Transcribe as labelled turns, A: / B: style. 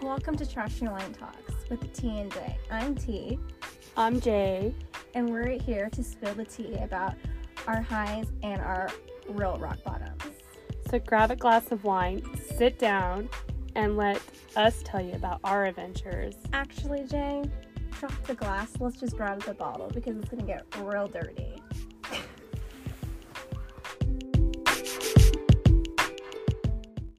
A: welcome to Trash and Wine Talks with T and J. I'm T,
B: I'm Jay.
A: and we're here to spill the tea about our highs and our real rock bottoms.
B: So grab a glass of wine, sit down, and let us tell you about our adventures.
A: Actually, Jay, drop the glass. Let's just grab the bottle because it's gonna get real dirty.